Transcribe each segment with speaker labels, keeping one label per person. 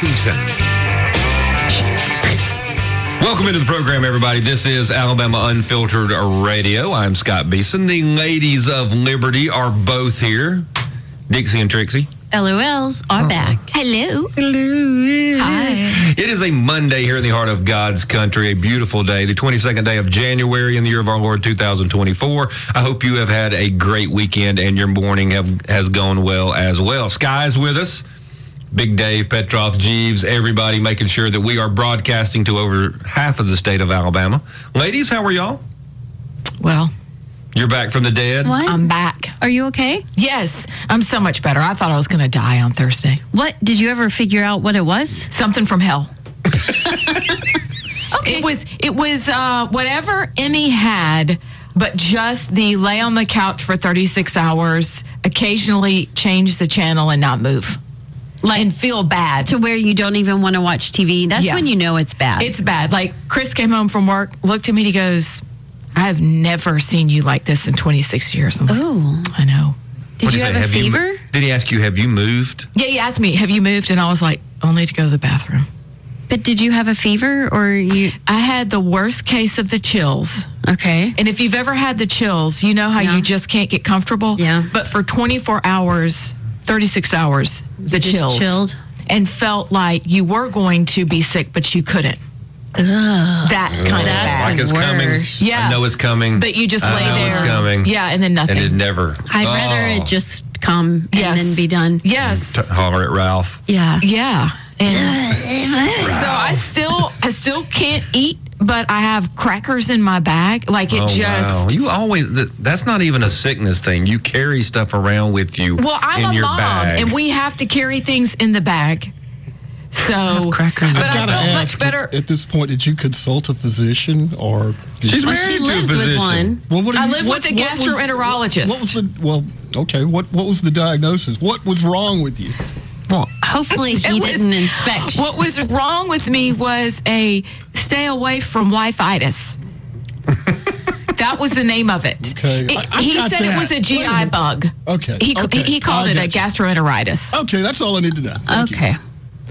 Speaker 1: Decent. Welcome into the program, everybody. This is Alabama Unfiltered Radio. I'm Scott Beeson. The ladies of Liberty are both here, Dixie and Trixie.
Speaker 2: LOLs are
Speaker 1: Uh-huh.
Speaker 2: back. Hello. Hello. Hi.
Speaker 1: It is a Monday here in the heart of God's country, a beautiful day, the 22nd day of January in the year of our Lord 2024. I hope you have had a great weekend and your morning have, has gone well as well. Sky's with us. Big Dave, Petroff, Jeeves, everybody making sure that we are broadcasting to over half of the state of Alabama. Ladies, how are y'all?
Speaker 3: Well,
Speaker 1: You're back from the dead.
Speaker 2: What?
Speaker 3: I'm back.
Speaker 2: Um, are you okay?
Speaker 3: Yes, I'm so much better. I thought I was going to die on Thursday.
Speaker 2: What? Did you ever figure out what it was?
Speaker 3: Something from hell. It was it was uh, whatever Emmy had, but just the lay on the couch for 36 hours, occasionally change the channel and not move, like and feel bad.
Speaker 2: To where you don't even want to watch TV. That's
Speaker 3: Yeah.
Speaker 2: when you know it's bad.
Speaker 3: It's bad. Like Chris came home from work, looked at me, and he goes, "I have never seen you like this in 26 years." I'm like,
Speaker 2: Ooh.
Speaker 3: I know.
Speaker 2: Did
Speaker 1: What'd
Speaker 2: you
Speaker 1: say?
Speaker 2: have a
Speaker 1: you mo-
Speaker 2: fever?
Speaker 1: did he ask you, have you moved?
Speaker 3: Yeah, he asked me, "Have you moved?" And I was like, "Only to go to the bathroom."
Speaker 2: but did you have a fever or you?
Speaker 3: I had the worst case of the chills.
Speaker 2: Okay.
Speaker 3: And if you've ever had the chills, you know how
Speaker 2: Yeah.
Speaker 3: you just can't get comfortable.
Speaker 2: Yeah.
Speaker 3: But for 24 hours, 36 hours, the
Speaker 2: just
Speaker 3: chills.
Speaker 2: chilled?
Speaker 3: And felt like you were going to be sick, but you couldn't. That kind of
Speaker 2: That's
Speaker 3: bad.
Speaker 1: like
Speaker 2: the
Speaker 1: it's coming.
Speaker 2: worst.
Speaker 3: Yeah.
Speaker 1: I know it's coming.
Speaker 3: But you just
Speaker 1: I
Speaker 3: lay
Speaker 1: know
Speaker 3: there.
Speaker 1: it's coming.
Speaker 3: Yeah, and then nothing.
Speaker 1: And it never.
Speaker 2: I'd rather
Speaker 1: Oh.
Speaker 2: it just come and
Speaker 3: Yes.
Speaker 2: then be done.
Speaker 3: yes.
Speaker 1: T- holler at Ralph.
Speaker 2: Yeah.
Speaker 3: Yeah. And so I still I still can't eat, but I have crackers in my bag. Like it
Speaker 1: oh
Speaker 3: just
Speaker 1: wow! You always. th- That's not even a sickness thing. You carry stuff around with you.
Speaker 3: Well, I'm
Speaker 1: in
Speaker 3: a
Speaker 1: your
Speaker 3: mom,
Speaker 1: bag.
Speaker 3: and we have to carry things in the bag. So,
Speaker 1: crackers.
Speaker 3: but
Speaker 4: I've
Speaker 3: I
Speaker 4: gotta
Speaker 3: felt much
Speaker 4: ask,
Speaker 3: better.
Speaker 4: At this point, did you consult a physician or? did
Speaker 1: She's
Speaker 4: you-
Speaker 2: Well,
Speaker 1: married
Speaker 2: she
Speaker 1: to
Speaker 2: lives
Speaker 1: a
Speaker 2: with
Speaker 1: physician.
Speaker 2: one.
Speaker 4: Well, what
Speaker 3: I
Speaker 4: you-
Speaker 3: live
Speaker 4: what-
Speaker 3: with a
Speaker 4: what was-
Speaker 3: gastroenterologist.
Speaker 4: What was the well? Okay, what what was the diagnosis? What was wrong with you?
Speaker 2: Well, hopefully he
Speaker 3: It was-
Speaker 2: didn't inspect.
Speaker 3: What was wrong with me was a stay away from wife-itis. that was the name of it.
Speaker 4: Okay,
Speaker 3: It-
Speaker 4: I- I
Speaker 3: he
Speaker 4: got
Speaker 3: said it
Speaker 4: that.
Speaker 3: was a
Speaker 4: Wait a
Speaker 3: GI
Speaker 4: minute.
Speaker 3: bug.
Speaker 4: Okay,
Speaker 3: He, he-
Speaker 4: okay,
Speaker 3: he called
Speaker 4: I
Speaker 3: it a
Speaker 4: got you.
Speaker 3: gastroenteritis.
Speaker 4: Okay, that's all I need to know. Thank you.
Speaker 2: okay.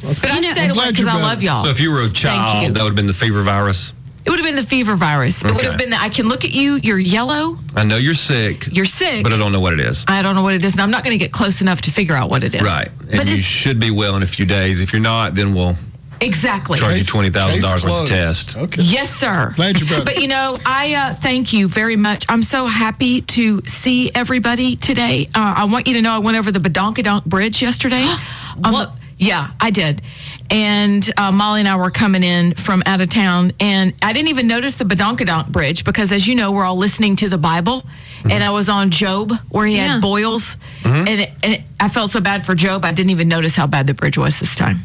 Speaker 3: But I
Speaker 2: know-
Speaker 3: stayed
Speaker 2: I'm
Speaker 3: away
Speaker 4: glad
Speaker 3: because
Speaker 4: you're
Speaker 3: I
Speaker 4: better.
Speaker 3: love y'all.
Speaker 1: So if you were a
Speaker 3: you.
Speaker 1: child, that would have been the fever virus.
Speaker 3: it would have been the fever virus. It would
Speaker 1: Okay.
Speaker 3: have been the I can look at you, you're yellow,
Speaker 1: I know you're sick.
Speaker 3: you're sick.
Speaker 1: but I don't know what it is.
Speaker 3: I don't know what it is, and I'm not going to get close enough to figure out what it is.
Speaker 1: Right, and you
Speaker 2: it's-
Speaker 1: should be well in a few days. If you're not, then we'll
Speaker 3: Exactly.
Speaker 1: Charge- Charged you
Speaker 4: Case-
Speaker 1: $20,000 worth
Speaker 4: case
Speaker 1: of
Speaker 4: closed.
Speaker 1: test.
Speaker 4: Okay.
Speaker 3: Yes, sir.
Speaker 4: Glad you're better.
Speaker 3: But you know, I uh, thank you very much. I'm so happy to see everybody today. Uh, I want you to know I went over the Badonkadonk Bridge yesterday. On the- yeah, I did. And uh, Molly and I were coming in from out of town, and I didn't even notice the Badonkadonk Bridge because, as you know, we're all listening to the Bible. And I was on Job where he
Speaker 2: Yeah.
Speaker 3: had boils, and, it, and it, I felt so bad for Job. I didn't even notice how bad the bridge was this time.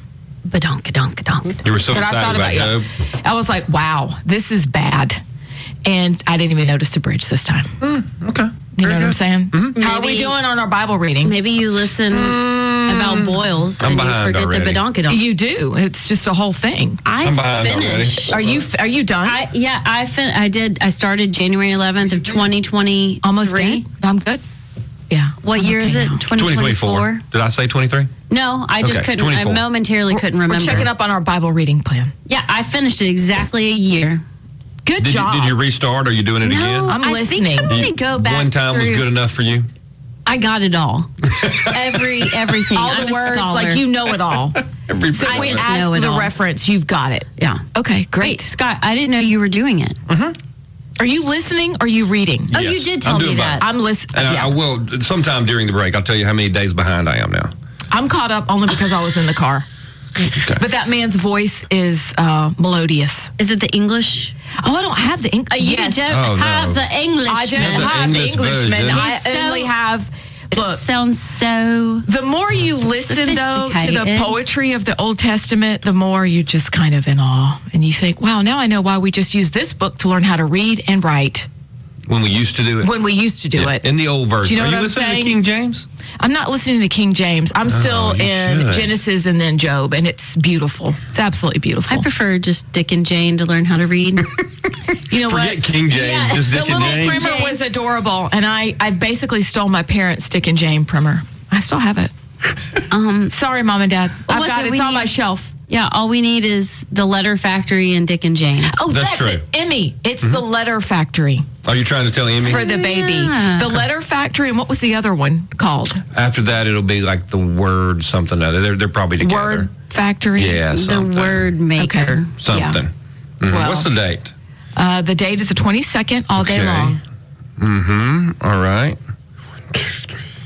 Speaker 2: Badonka donka donka.
Speaker 1: You were so
Speaker 3: But I thought
Speaker 1: excited
Speaker 3: about
Speaker 1: about Job.
Speaker 3: you. I was like, wow, this is bad. And I didn't even notice the bridge this time.
Speaker 2: Mm,
Speaker 1: Okay,
Speaker 3: You
Speaker 1: very
Speaker 3: know what I'm
Speaker 1: good.
Speaker 3: saying? How are we
Speaker 2: Mm-hmm. Maybe-
Speaker 3: doing on our Bible reading?
Speaker 2: Maybe you listen about boils
Speaker 1: Mm. I'm
Speaker 2: and you
Speaker 1: behind
Speaker 2: forget the
Speaker 1: already.
Speaker 2: badonka donka.
Speaker 3: You do. It's just a whole thing.
Speaker 1: I'm
Speaker 2: I
Speaker 1: behind already.
Speaker 2: finished.
Speaker 3: Are you f- are you done?
Speaker 2: I yeah, I fin- I did. I started January 11th of 2020.
Speaker 3: Almost done. I'm good. Yeah.
Speaker 2: What
Speaker 3: I'm
Speaker 2: year
Speaker 3: okay
Speaker 2: is it?
Speaker 3: now.
Speaker 1: 2024.
Speaker 2: 2024.
Speaker 1: Did I say 23?
Speaker 2: No, I just
Speaker 1: Okay,
Speaker 2: couldn't.
Speaker 1: 24.
Speaker 2: I momentarily couldn't
Speaker 3: We're
Speaker 2: remember.
Speaker 3: checking up on our Bible reading plan.
Speaker 2: Yeah, I finished it exactly a year.
Speaker 3: Good
Speaker 1: Did you,
Speaker 3: job.
Speaker 1: did you restart? Are you doing it again?
Speaker 2: No,
Speaker 3: I'm
Speaker 2: I
Speaker 3: listening.
Speaker 2: think I'm
Speaker 1: You-
Speaker 2: gonna go back.
Speaker 1: One time was
Speaker 2: through-
Speaker 1: good enough for you.
Speaker 2: I got it all. Every everything.
Speaker 3: all
Speaker 2: I'm
Speaker 3: the
Speaker 2: a
Speaker 3: words,
Speaker 2: scholar.
Speaker 3: like you know it all.
Speaker 1: Every
Speaker 3: so if we
Speaker 2: just
Speaker 3: ask
Speaker 2: know it
Speaker 3: the
Speaker 2: all.
Speaker 3: reference, you've got it.
Speaker 2: Yeah.
Speaker 3: Okay,
Speaker 2: Wait,
Speaker 3: great.
Speaker 2: Scott, I didn't know you were doing it.
Speaker 3: Are you listening? Or are you reading?
Speaker 2: Oh, you
Speaker 1: Yes,
Speaker 2: did
Speaker 1: I'm
Speaker 2: tell me
Speaker 1: doing
Speaker 2: that.
Speaker 1: both.
Speaker 3: I'm listening.
Speaker 1: And I, I
Speaker 3: Yeah.
Speaker 1: will sometime during the break. I'll tell you how many days behind I am now.
Speaker 3: I'm caught up only because I was in the car. But that man's voice is uh, melodious.
Speaker 2: Is it the English?
Speaker 3: Oh, I don't have the English.
Speaker 2: Uh, you don't
Speaker 1: Oh, no.
Speaker 2: have the English.
Speaker 3: I don't
Speaker 1: The
Speaker 3: have
Speaker 1: English
Speaker 3: the Englishman.
Speaker 1: version.
Speaker 3: I
Speaker 2: He's so-
Speaker 3: only have. Look,
Speaker 2: sounds so.
Speaker 3: the more you listen though to the
Speaker 2: Sophisticated.
Speaker 3: poetry of the Old Testament, the more you just kind of in awe, and you think, "Wow, now I know why we just use this book to learn how to read and write
Speaker 1: When we used to do it.
Speaker 3: when we used to do it."
Speaker 1: In the old version.
Speaker 3: know
Speaker 1: Are
Speaker 3: what
Speaker 1: you
Speaker 3: I'm
Speaker 1: listening
Speaker 3: saying?
Speaker 1: to King James?
Speaker 3: I'm not listening to King James. I'm still
Speaker 1: you
Speaker 3: in
Speaker 1: should.
Speaker 3: Genesis and then Job, and it's beautiful. It's absolutely beautiful.
Speaker 2: I prefer just Dick and Jane to learn how to read.
Speaker 3: you know
Speaker 1: Forget
Speaker 3: what?
Speaker 1: King James.
Speaker 2: Yeah,
Speaker 1: Just
Speaker 3: the
Speaker 1: Dick
Speaker 3: little
Speaker 1: and James.
Speaker 3: primer was adorable, and I, I basically stole my parents' Dick and Jane primer. I still have it. um, sorry, mom and dad. I've
Speaker 2: was
Speaker 3: got
Speaker 2: it?
Speaker 3: it.
Speaker 2: We
Speaker 3: It's on
Speaker 2: need-
Speaker 3: my shelf.
Speaker 2: Yeah, all we need is the letter factory and Dick and Jane.
Speaker 3: Oh,
Speaker 1: That's Mm-hmm.
Speaker 3: that's,
Speaker 1: true.
Speaker 3: it. Emmy. It's the letter factory
Speaker 1: Are you trying to tell Emmy?
Speaker 3: for the baby.
Speaker 2: Yeah.
Speaker 3: The letter factory, and what was the other one called?
Speaker 1: After that, it'll be like the word something other. They're they're probably together.
Speaker 3: Word factory.
Speaker 1: Yeah, something.
Speaker 2: The word maker.
Speaker 3: Okay. Yeah.
Speaker 1: Something. Mhm.
Speaker 3: Well-
Speaker 1: What's the date?
Speaker 3: Uh, the date is the 22nd, all day
Speaker 1: Okay.
Speaker 3: long.
Speaker 1: All right.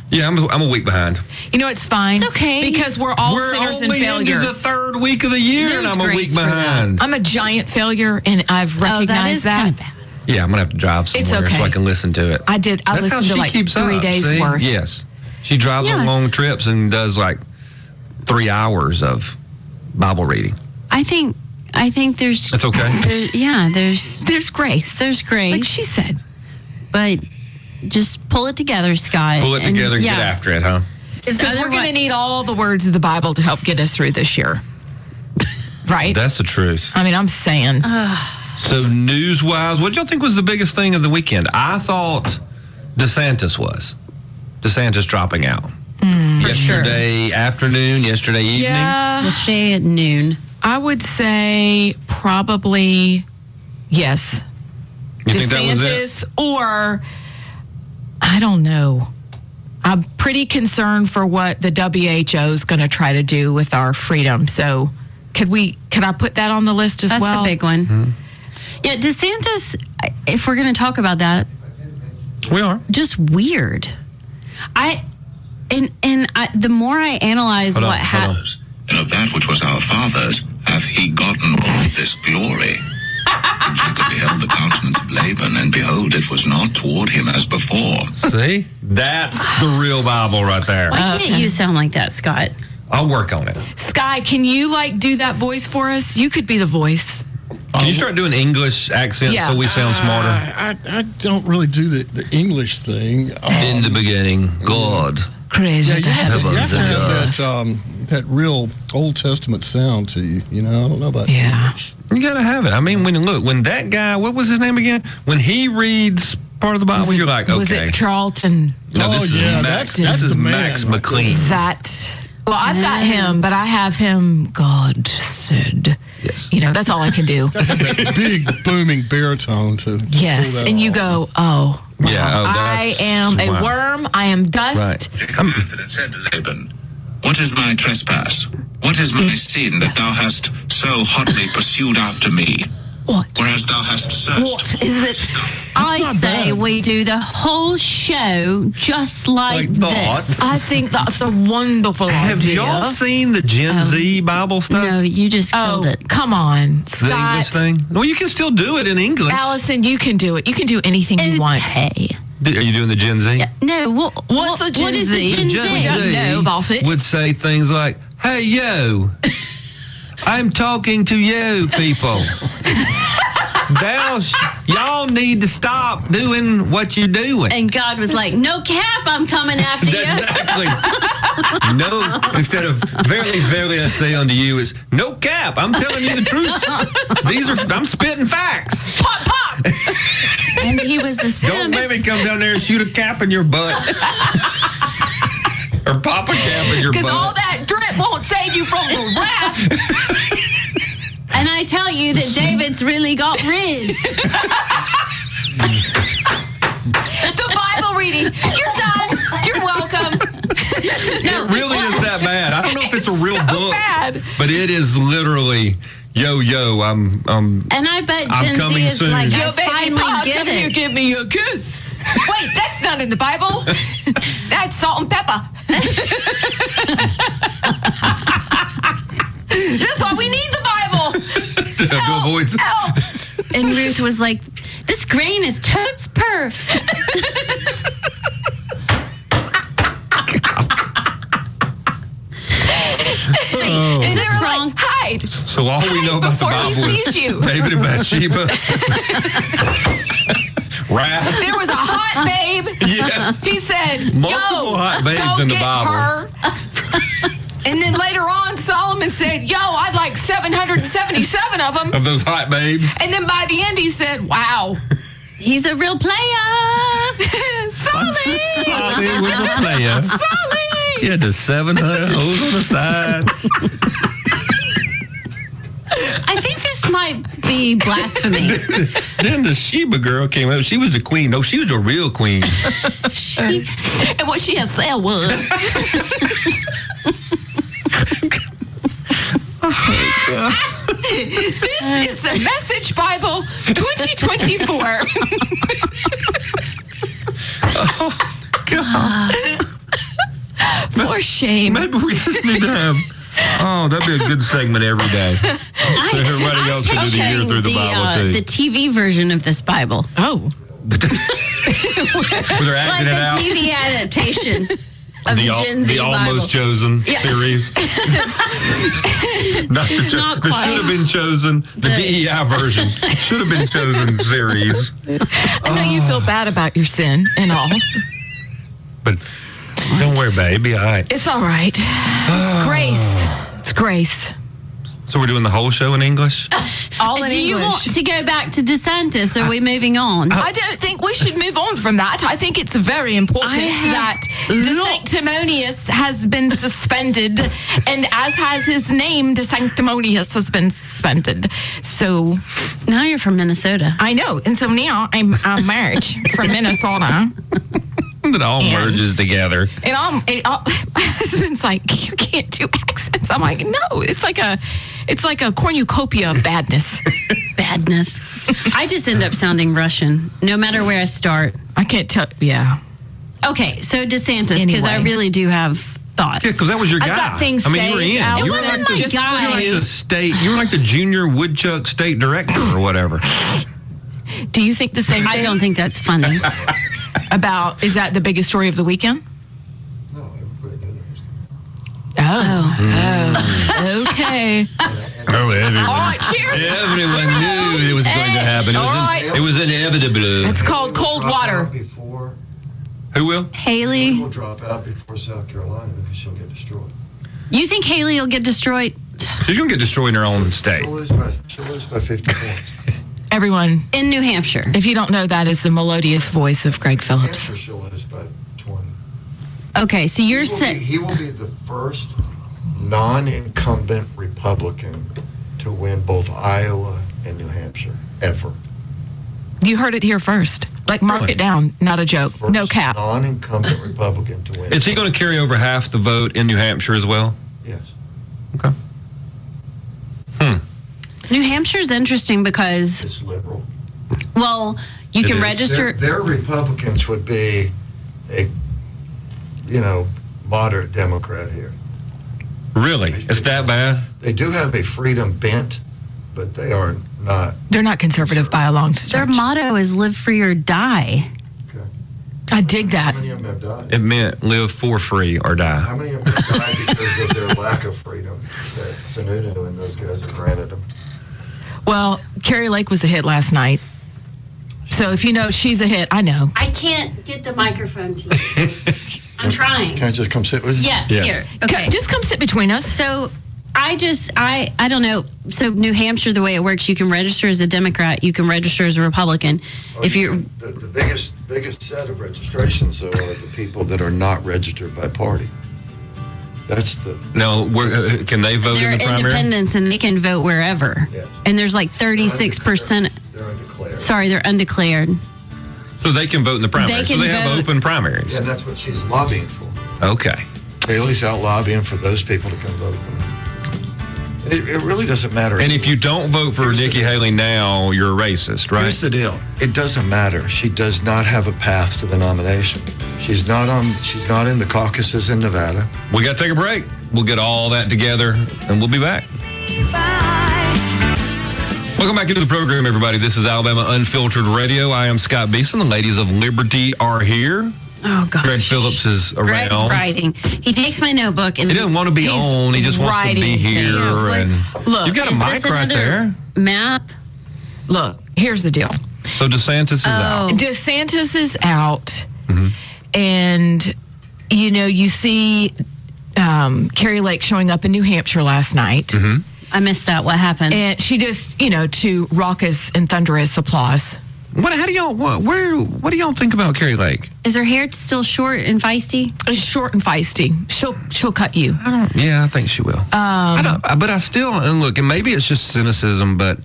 Speaker 1: Yeah, I'm a, I'm a week behind.
Speaker 3: You know, it's fine.
Speaker 2: It's okay.
Speaker 3: Because we're all
Speaker 1: We're
Speaker 3: sinners and
Speaker 1: only into
Speaker 3: failures.
Speaker 1: the third week of the year, and
Speaker 2: There's
Speaker 1: I'm a
Speaker 2: grace
Speaker 1: week
Speaker 2: for that.
Speaker 1: behind.
Speaker 3: I'm a giant failure, and I've
Speaker 2: Oh,
Speaker 3: recognized
Speaker 2: that is kind of bad.
Speaker 1: Yeah, I'm gonna have to drive somewhere so
Speaker 3: okay.
Speaker 1: I can listen to it.
Speaker 3: I did. I
Speaker 1: That's how
Speaker 3: listened
Speaker 1: she
Speaker 3: to like
Speaker 1: keeps
Speaker 3: three
Speaker 1: up,
Speaker 3: days
Speaker 1: see?
Speaker 3: worth.
Speaker 1: Yes, she drives
Speaker 2: Yeah.
Speaker 1: on long trips and does like three hours of Bible reading.
Speaker 2: I think I think there's
Speaker 1: That's okay.
Speaker 2: there- yeah, there's
Speaker 3: There's grace.
Speaker 2: there's grace,
Speaker 3: Like she said.
Speaker 2: but just pull it together, Scott.
Speaker 1: Pull it
Speaker 2: and-
Speaker 1: together and
Speaker 2: yeah.
Speaker 1: get after it, huh?
Speaker 3: Because we're
Speaker 2: Otherwise-
Speaker 3: going to need all the words of the Bible to help get us through this year. right?
Speaker 1: That's the truth.
Speaker 3: I mean, I'm saying.
Speaker 2: Uh-huh.
Speaker 1: So news wise, what did y'all think was the biggest thing of the weekend? I thought DeSantis was. DeSantis dropping out.
Speaker 2: sure.
Speaker 1: yesterday afternoon, yesterday evening.
Speaker 3: Mm, yeah.
Speaker 2: We'll say at noon.
Speaker 3: I would say probably yes.
Speaker 1: You think that was it?
Speaker 3: DeSantis or I don't know. I'm pretty concerned for what the WHO is going to try to do with our freedom. So, could we? Could I put that on the list as
Speaker 2: That's
Speaker 3: well?
Speaker 2: a big one.
Speaker 1: Hmm?
Speaker 2: Yeah, DeSantis, I- if we're going to talk about that,
Speaker 1: We are.
Speaker 2: just weird. I and and I, the more I analyze
Speaker 1: Hold on,
Speaker 2: what
Speaker 1: hold on.
Speaker 2: happened,
Speaker 5: and of that which was our father's hath he gotten all this glory. And Jacob beheld the countenance of Laban, and behold, it was not toward him as before.
Speaker 1: See? That's the real Bible right there.
Speaker 2: why can't you sound like that, Scott?
Speaker 1: I'll work on it.
Speaker 3: Sky, can you like do that voice for us? You could be the voice.
Speaker 1: Can you start doing English accents
Speaker 3: Yeah.
Speaker 1: so we sound smarter?
Speaker 4: I, I, I don't really do the, the English thing. Um,
Speaker 1: In the beginning, God.
Speaker 3: Crazy.
Speaker 4: yeah, you have, to, you have, to
Speaker 1: Heavens
Speaker 4: have that, um, that real Old Testament sound to you. You know, I don't know about
Speaker 3: Yeah.
Speaker 4: English.
Speaker 1: You gotta have it. I mean, when look, when that guy, what was his name again? When he reads part of the Bible, you're like, okay,
Speaker 3: Was it Charlton?
Speaker 1: no, this
Speaker 4: Oh,
Speaker 1: is
Speaker 4: yeah,
Speaker 1: Max.
Speaker 4: that's- that's
Speaker 1: this is
Speaker 4: the man
Speaker 1: Max
Speaker 4: right there.
Speaker 1: McLean.
Speaker 3: That. Well, I've got him, but I have him. God said.
Speaker 1: Yes.
Speaker 3: You know, that's all I can do.
Speaker 4: big booming baritone to, to
Speaker 3: Yes,
Speaker 4: pull that
Speaker 3: and you
Speaker 4: off.
Speaker 3: go, oh, wow.
Speaker 1: Yeah, oh,
Speaker 3: I
Speaker 1: that's-
Speaker 3: am a
Speaker 1: wow.
Speaker 3: worm. I am dust.
Speaker 5: Jacob answered and said to Laban, What is my trespass? What is my sin that thou hast so hotly pursued after me?
Speaker 3: What?
Speaker 5: Whereas thou hast searched
Speaker 3: What is it?
Speaker 2: I say we do the whole show just like,
Speaker 1: Like that.
Speaker 2: this.
Speaker 3: I think that's a wonderful
Speaker 1: Have
Speaker 3: idea.
Speaker 1: y'all seen the Gen Z Bible stuff?
Speaker 2: No, you just
Speaker 3: oh,
Speaker 2: killed it.
Speaker 3: come on,
Speaker 1: the
Speaker 3: Scott,
Speaker 1: English thing? Well, you can still do it in English.
Speaker 3: Allison, you can do it. You can do anything you want.
Speaker 2: Okay.
Speaker 1: D- Are you doing the Gen Z?
Speaker 2: No, what,
Speaker 3: What's
Speaker 2: what,
Speaker 3: a Gen
Speaker 2: what is
Speaker 3: Z?
Speaker 2: the Gen
Speaker 1: Gen
Speaker 2: Z?
Speaker 3: don't
Speaker 1: Z
Speaker 3: know about it.
Speaker 1: would say things like, "Hey yo, I'm talking to you people. Thou sh- y'all need to stop doing what you're doing."
Speaker 2: And God was like, no cap, I'm coming after you.
Speaker 1: Exactly. no, instead of verily, verily, I say unto you, it's no cap. I'm telling you the truth. These are I'm spitting facts.
Speaker 2: And he was a
Speaker 1: Don't
Speaker 2: sim.
Speaker 1: let me come down there and shoot a cap in your butt. or pop a cap in your butt.
Speaker 3: Because all that drip won't save you from the wrath.
Speaker 2: And I tell you that David's really got Riz.
Speaker 3: the Bible reading. You're done. You're welcome.
Speaker 1: It really is that bad. I don't know if it's a real
Speaker 3: so
Speaker 1: book,
Speaker 3: bad.
Speaker 1: but it is literally yo yo. I'm I'm
Speaker 2: And I bet
Speaker 1: I'm
Speaker 2: Gen
Speaker 1: coming
Speaker 2: Z is
Speaker 1: soon.
Speaker 2: like,
Speaker 1: Yo,
Speaker 2: I
Speaker 3: Your baby
Speaker 2: finally
Speaker 3: pop,
Speaker 2: get
Speaker 3: come here,
Speaker 2: it.
Speaker 3: give me a kiss. Wait, that's not in the Bible. that's salt and pepper. that's why we need the Bible.
Speaker 1: to avoid.
Speaker 3: Help.
Speaker 2: and Ruth was like, this grain is totes perf.
Speaker 1: Oh.
Speaker 3: And they were
Speaker 2: wrong?
Speaker 3: like, hide.
Speaker 1: So all we know about the
Speaker 3: Before he
Speaker 1: Bible is
Speaker 3: sees you.
Speaker 1: David and Bathsheba. Wrath.
Speaker 3: There was a hot babe.
Speaker 1: Yes.
Speaker 3: He said,
Speaker 1: Multiple
Speaker 3: yo,
Speaker 1: hot babes
Speaker 3: go
Speaker 1: in the
Speaker 3: get
Speaker 1: Bible.
Speaker 3: her. And then later on, Solomon said, yo, I'd like 777 of them.
Speaker 1: Of those hot babes.
Speaker 3: And then by the end, he said, wow.
Speaker 2: He's a real player.
Speaker 3: Solid.
Speaker 1: Solid was a player.
Speaker 3: Solid.
Speaker 1: He had the 700 hoes on the side.
Speaker 2: might be blasphemy.
Speaker 1: Then the Sheba girl came up. She was the queen. No, she was a real queen.
Speaker 3: And what she had said was, this is the Message Bible 2024.
Speaker 1: God,
Speaker 3: For shame.
Speaker 1: maybe we just need to have. Oh, that'd be a good segment every day. So everybody else can do the year
Speaker 2: picturing
Speaker 1: through the,
Speaker 2: uh,
Speaker 1: Bible too.
Speaker 2: the TV version of this Bible,
Speaker 3: Oh.
Speaker 1: Where they're
Speaker 2: like
Speaker 1: acting
Speaker 2: the
Speaker 1: it out.
Speaker 2: TV adaptation of the,
Speaker 1: al-
Speaker 2: Gen Z
Speaker 1: the almost
Speaker 2: Bible.
Speaker 1: chosen series. Not the, cho-
Speaker 2: Not
Speaker 1: the
Speaker 2: quite.
Speaker 1: should have been chosen. The, DEI version should have been chosen series.
Speaker 3: I know you feel bad about your sin and all.
Speaker 1: But don't worry about it. It'd be all right.
Speaker 3: It's all right. It's grace. It's grace.
Speaker 1: So we're doing the whole show in English.
Speaker 3: All in
Speaker 2: Do you
Speaker 3: English. Uh,
Speaker 2: want to go back to DeSantis? Are we moving on?
Speaker 3: I don't think we should move on from that. I think it's very important
Speaker 2: I have
Speaker 3: that De Sanctimonious has been suspended, and as has his name, De Sanctimonious has been suspended. So
Speaker 2: now you're from Minnesota.
Speaker 3: I know, and so now I'm I'm marriage from Minnesota,
Speaker 1: it all
Speaker 3: And-
Speaker 1: merges together.
Speaker 3: and I'm it, all, my husband's like, you can't do accents. I'm like, no, it's like a it's like a cornucopia of badness.
Speaker 2: Badness. I just end up sounding Russian, no matter where I start.
Speaker 3: I can't tell. Yeah.
Speaker 2: Okay, so DeSantis, because I
Speaker 3: Anyway.
Speaker 2: really do have thoughts.
Speaker 1: Yeah, because that was your
Speaker 3: I've
Speaker 1: guy.
Speaker 3: got things
Speaker 1: I mean, you were
Speaker 3: saved
Speaker 1: in.
Speaker 3: out
Speaker 1: you were
Speaker 2: there
Speaker 1: like the,
Speaker 2: just for
Speaker 1: you were like
Speaker 2: you.
Speaker 1: the state. You were like the junior woodchuck state director or whatever.
Speaker 3: Do you think the same
Speaker 2: I
Speaker 3: thing
Speaker 2: don't think that's funny.
Speaker 3: Oh. about is that the biggest story of the weekend? Oh. oh. okay.
Speaker 1: Oh, everyone,
Speaker 3: All right, cheers.
Speaker 1: everyone knew it was going to happen. It
Speaker 3: all
Speaker 1: was, in-
Speaker 3: right.
Speaker 1: it was inevitable.
Speaker 3: It's called cold
Speaker 6: drop
Speaker 3: water.
Speaker 6: out Before,
Speaker 1: Who will?
Speaker 6: we
Speaker 2: Haley,
Speaker 6: will drop out before South Carolina because she'll get destroyed.
Speaker 2: you think Haley will get destroyed?
Speaker 1: She's going to get destroyed in her own state.
Speaker 6: She'll lose by, she'll lose by 50 points.
Speaker 3: Everyone,
Speaker 2: In New Hampshire.
Speaker 3: if you don't know, that is the melodious voice of Greg Phillips.
Speaker 6: After she'll lose by 20.
Speaker 2: Okay, so you're
Speaker 6: He will, be,
Speaker 2: saying.
Speaker 6: he will be the first non-incumbent Republican to win both Iowa and New Hampshire ever.
Speaker 3: You heard it here first. Like, mark it down. Not a joke.
Speaker 6: First
Speaker 3: no cap.
Speaker 6: Non-incumbent Republican to win.
Speaker 1: Is he going to carry over half the vote in New Hampshire as well?
Speaker 6: Yes.
Speaker 2: New Hampshire's interesting because,
Speaker 6: It's liberal.
Speaker 2: well, you
Speaker 1: It
Speaker 2: can
Speaker 1: is.
Speaker 2: register.
Speaker 6: Their, their Republicans would be a, you know, moderate Democrat here.
Speaker 1: Really? It's that bad?
Speaker 6: They do have a freedom bent, but they are not.
Speaker 3: They're not conservative by a long
Speaker 2: Their
Speaker 3: stretch.
Speaker 2: motto is live free or die.
Speaker 3: I dig
Speaker 6: How
Speaker 3: that.
Speaker 6: many of them have died?
Speaker 1: It meant live for free or die.
Speaker 6: How many of them have died because of their lack of freedom that Sununu and those guys have granted them?
Speaker 3: Well, Carrie Lake was a hit last night. So if you know she's a hit, I know.
Speaker 2: I can't get the microphone to you. I'm trying.
Speaker 6: Can I just come sit with you?
Speaker 2: Yeah,
Speaker 1: Yes.
Speaker 2: here. Okay.
Speaker 3: Just come sit between us.
Speaker 2: So I just I I don't know. So New Hampshire, the way it works, you can register as a Democrat, you can register as a Republican.
Speaker 1: Oh,
Speaker 2: if you're
Speaker 6: The, the biggest biggest set of registrations though are the people that are not registered by party. That's the
Speaker 1: No, we're, uh, can they vote
Speaker 2: they're
Speaker 1: in the primary?
Speaker 2: independents and they can vote wherever.
Speaker 6: Yes.
Speaker 2: And there's like 36 percent.
Speaker 6: they're undeclared.
Speaker 2: Sorry, they're undeclared.
Speaker 1: So they can vote in the primary. so
Speaker 2: can
Speaker 1: they have
Speaker 2: vote.
Speaker 1: open primaries.
Speaker 6: And that's what she's lobbying for.
Speaker 1: Okay.
Speaker 6: Bailey's out lobbying for those people to come vote for her. It, it really doesn't matter.
Speaker 1: And if you don't vote for
Speaker 6: Here's the-
Speaker 1: Nikki Haley now, you're a racist, right?
Speaker 6: Here's the deal. It doesn't matter. She does not have a path to the nomination. She's not on. She's not in the caucuses in Nevada.
Speaker 1: We got to take a break. We'll get all that together and we'll be back. Welcome back into the program, everybody. This is Alabama Unfiltered Radio. I am Scott Beeson. The ladies of Liberty are here.
Speaker 2: Oh gosh.
Speaker 1: Greg Phillips is
Speaker 2: Greg's
Speaker 1: around.
Speaker 2: writing. He takes my notebook and
Speaker 1: He doesn't want to be
Speaker 3: He's
Speaker 1: on. He just wants to be
Speaker 3: writing
Speaker 1: here.
Speaker 3: things. Like,
Speaker 1: And
Speaker 3: look,
Speaker 1: you've got a
Speaker 2: Is
Speaker 1: mic
Speaker 2: this
Speaker 1: right
Speaker 2: another
Speaker 1: there.
Speaker 2: map?
Speaker 3: Look, here's the deal.
Speaker 1: So DeSantis is out.
Speaker 3: DeSantis is out,
Speaker 1: Mm-hmm.
Speaker 3: and you know you see um, Carrie Lake showing up in New Hampshire last night,
Speaker 1: Mm-hmm.
Speaker 2: I missed that. What happened?
Speaker 3: and she just you know to raucous and thunderous applause.
Speaker 2: Oh.
Speaker 1: What? How do y'all? What? Where? What do y'all think about Carrie Lake?
Speaker 2: Is her hair still short and feisty?
Speaker 3: It's short and feisty. She'll she'll cut you.
Speaker 1: I don't. Yeah, I think she will. Um, I don't, but I still and look, and maybe it's just cynicism, but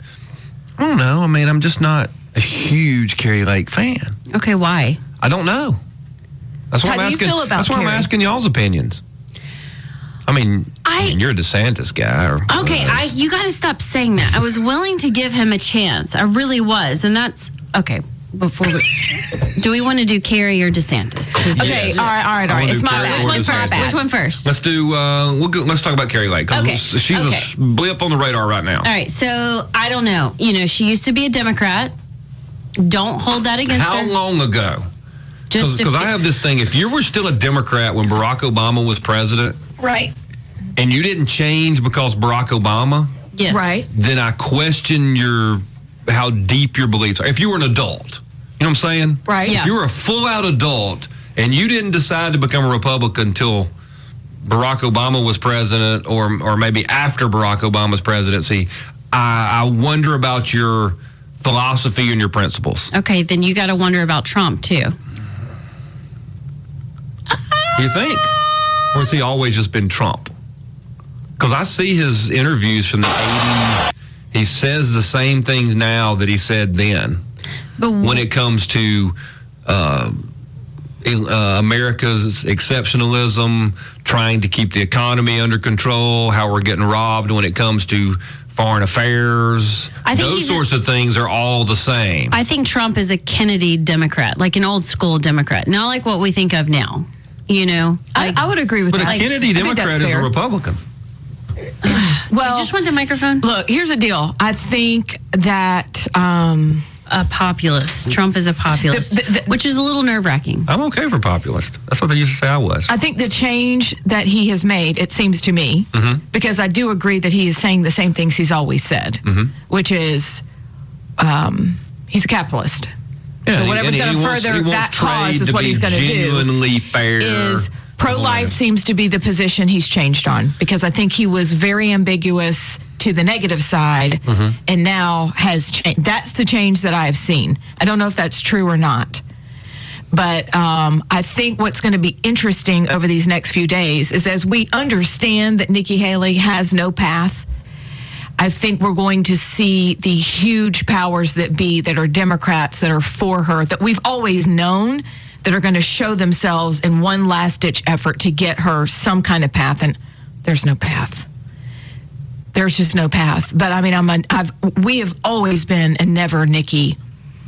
Speaker 1: I don't know. I mean, I'm just not a huge Carrie Lake fan.
Speaker 2: Okay, why?
Speaker 1: I don't know. That's why
Speaker 3: How
Speaker 1: I'm
Speaker 3: do you
Speaker 1: asking.
Speaker 3: feel about
Speaker 1: that's why
Speaker 3: Kerry?
Speaker 1: I'm asking y'all's opinions. I mean, I,
Speaker 2: I-
Speaker 1: mean, you're a DeSantis guy, or
Speaker 2: Okay, I you got to stop saying that. I was willing to give him a chance. I really was, and that's okay. Before we, do we want to do Kerry or DeSantis? 'Cause-
Speaker 3: Okay,
Speaker 1: Yes.
Speaker 3: all right, all right, all
Speaker 1: I
Speaker 3: right.
Speaker 1: wanna
Speaker 3: It's
Speaker 1: do
Speaker 3: my
Speaker 1: Carrie
Speaker 3: bad.
Speaker 1: or
Speaker 3: Which one's my
Speaker 1: DeSantis.
Speaker 3: bad?
Speaker 2: Which one first?
Speaker 1: Let's do. Uh, we'll go, let's talk about Carrie Lake. 'cause
Speaker 2: Okay,
Speaker 1: she's a
Speaker 2: okay.
Speaker 1: s- blip on the radar right now.
Speaker 2: All right, so I don't know. You know, she used to be a Democrat. Don't hold that against
Speaker 1: How
Speaker 2: her.
Speaker 1: long ago?
Speaker 2: Just
Speaker 1: Because
Speaker 2: to-
Speaker 1: I have this thing. If you were still a Democrat when Barack Obama was president,
Speaker 7: Right.
Speaker 1: and you didn't change because Barack Obama,
Speaker 2: yes.
Speaker 3: Right.
Speaker 1: then I question your how deep your beliefs are. If you were an adult, you know what I'm saying?
Speaker 3: Right.
Speaker 2: Yeah.
Speaker 1: If you were a full out adult and you didn't decide to become a Republican until Barack Obama was president or or maybe after Barack Obama's presidency, I, I wonder about your philosophy and your principles.
Speaker 2: Okay, then you got to wonder about Trump too.
Speaker 1: You think? Or has he always just been Trump? Because I see his interviews from the 80s. He says the same things now that he said then.
Speaker 2: But
Speaker 1: when it comes to uh, in- uh, America's exceptionalism, trying to keep the economy under control, how we're getting robbed when it comes to foreign affairs.
Speaker 2: I think
Speaker 1: Those
Speaker 2: he's a-
Speaker 1: sorts of things are all the same.
Speaker 2: I think Trump is a Kennedy Democrat, like an old school Democrat, not like what we think of now. You know,
Speaker 3: I,
Speaker 2: like,
Speaker 3: I would agree with
Speaker 1: but a
Speaker 3: that.
Speaker 1: Kennedy
Speaker 3: I think that's
Speaker 1: Democrat is a
Speaker 3: fair.
Speaker 1: Republican.
Speaker 3: Well,
Speaker 2: just want the microphone.
Speaker 3: look, here's the deal. I think that um,
Speaker 2: A populist. Trump is a populist,
Speaker 3: The- the- the-
Speaker 2: which is a little nerve wracking.
Speaker 1: I'm okay for populist. That's what they used to say I was.
Speaker 3: I think the change that he has made, it seems to me, because I do agree that he is saying the same things he's always said, which is um, he's a capitalist.
Speaker 1: Yeah,
Speaker 3: so
Speaker 1: and-
Speaker 3: whatever's
Speaker 1: and
Speaker 3: gonna
Speaker 1: he wants-
Speaker 3: further
Speaker 1: he wants
Speaker 3: that
Speaker 1: trade
Speaker 3: cause is
Speaker 1: to
Speaker 3: what
Speaker 1: be
Speaker 3: he's gonna do
Speaker 1: Genuinely fair
Speaker 3: is pro life seems to be the position he's changed on because I think he was very ambiguous to the negative side and now has changed. That's the change that I have seen. I don't know if that's true or not. But um, I think what's going to be interesting over these next few days is as we understand that Nikki Haley has no path. I think we're going to see the huge powers that be that are Democrats that are for her that we've always known that are going to show themselves in one last ditch effort to get her some kind of path. And there's no path. There's just no path. But I mean, I'm a, I've, we have always been and never Nikki.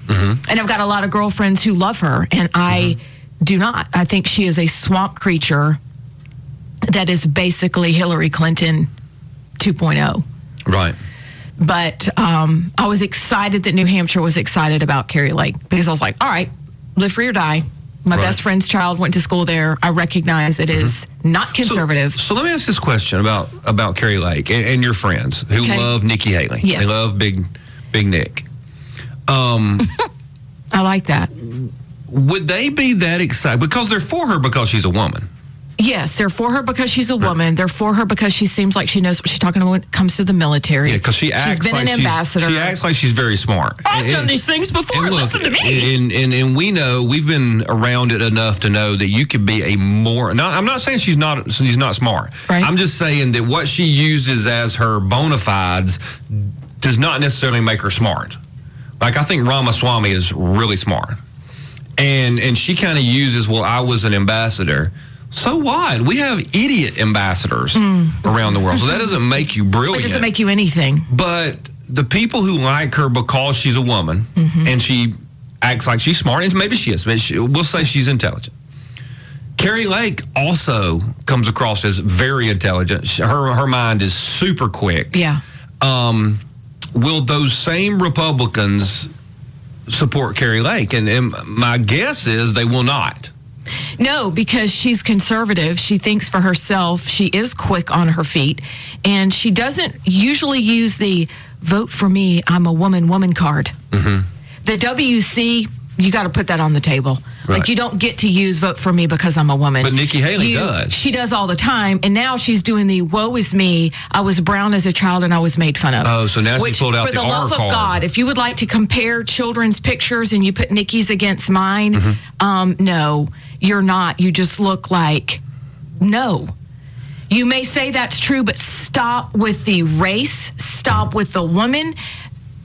Speaker 3: And I've got a lot of girlfriends who love her, and I do not. I think she is a swamp creature that is basically Hillary Clinton oh. 2.0
Speaker 1: Right.
Speaker 3: but um, I was excited that New Hampshire was excited about Carrie Lake because I was like, all right, live free or die. My
Speaker 1: Right.
Speaker 3: best friend's child went to school there. I recognize it is not conservative.
Speaker 1: Mm-hmm. So, so let me ask this question about about Carrie Lake and, and your friends who
Speaker 3: Okay.
Speaker 1: love Nikki Haley.
Speaker 3: Yes.
Speaker 1: They love Big Big Nick.
Speaker 3: I like that.
Speaker 1: Would they be that excited because they're for her because she's a woman?
Speaker 3: Yes, they're for her because she's a woman. They're for her because she seems like she knows what she's talking about when it comes to the military.
Speaker 1: Yeah, because she acts
Speaker 3: she's been
Speaker 1: like
Speaker 3: an ambassador.
Speaker 1: She's, she acts like she's very smart.
Speaker 7: I've
Speaker 1: And-
Speaker 7: done
Speaker 1: and-
Speaker 7: these things before.
Speaker 1: and look,
Speaker 7: Listen to me.
Speaker 1: And, and and we know we've been around it enough to know that you could be a more. No, I'm not saying she's not she's not smart.
Speaker 3: Right.
Speaker 1: I'm just saying that what she uses as her bona fides does not necessarily make her smart. Like I think Ramaswamy is really smart, and and she kind of uses well I was an ambassador. So what? We have idiot ambassadors around the world. So that doesn't make you
Speaker 3: it
Speaker 1: brilliant.
Speaker 3: Hmm. doesn't make you anything.
Speaker 1: But the people who like her because she's a woman and she acts like she's smart, and maybe she is. Maybe she- we'll say she's intelligent. Carrie Lake also comes across as very intelligent. She- Her her mind is super quick.
Speaker 3: Yeah.
Speaker 1: Um, will those same Republicans support Carrie Lake? And, and my guess is they will not.
Speaker 3: No, because she's conservative. She thinks for herself. She is quick on her feet. And she doesn't usually use the vote for me, I'm a woman, woman card.
Speaker 1: Mm-hmm.
Speaker 3: The WC, you got to put that on the table.
Speaker 1: Right.
Speaker 3: Like, you don't get to use vote for me because I'm a woman.
Speaker 1: But Nikki Haley
Speaker 3: You-
Speaker 1: does.
Speaker 3: She does all the time. And now she's doing the woe is me. I was brown as a child and I was made fun of.
Speaker 1: Oh, so now she
Speaker 3: Which,
Speaker 1: pulled out
Speaker 3: For
Speaker 1: the
Speaker 3: the,
Speaker 1: R
Speaker 3: love
Speaker 1: card.
Speaker 3: of God, if you would like to compare children's pictures and you put Nikki's against mine,
Speaker 1: Mm-hmm.
Speaker 3: um, no, you're not. You just look like no. You may say that's true, but stop with the race. Stop with the woman.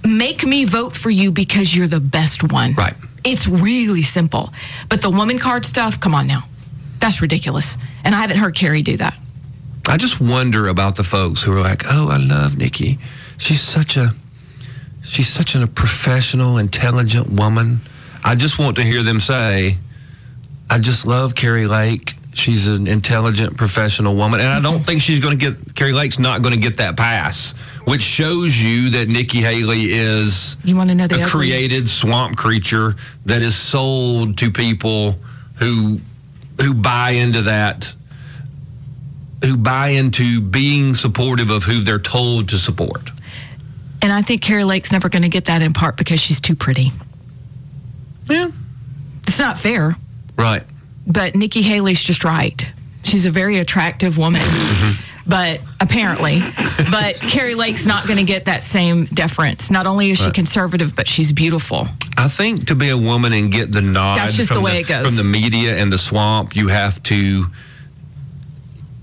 Speaker 3: make me vote for you because you're the best one.
Speaker 1: Right.
Speaker 3: It's really simple. But the woman card stuff, come on now. That's ridiculous. And I haven't heard Carrie do that.
Speaker 1: I just wonder about the folks who are like, "Oh, I love Nikki. She's such a she's such an, a professional, intelligent woman." I just want to hear them say, "I just love Carrie Lake. She's an intelligent, professional woman." And I don't think she's going to get Carrie Lake's not going to get that pass, which shows you that Nikki Haley is
Speaker 3: You wanna know the
Speaker 1: a
Speaker 3: ugly?
Speaker 1: created swamp creature that is sold to people who who buy into that who buy into being supportive of who they're told to support.
Speaker 3: And I think Carrie Lake's never going to get that in part because she's too pretty.
Speaker 1: Yeah.
Speaker 3: It's not fair,
Speaker 1: Right.
Speaker 3: but Nikki Haley's just right. She's a very attractive woman, but apparently, but Carrie Lake's not going to get that same deference. Not only is she conservative, but she's beautiful.
Speaker 1: I think to be a woman and get the nod
Speaker 3: That's just
Speaker 1: from
Speaker 3: the way it goes.
Speaker 1: from the media and the swamp, you have to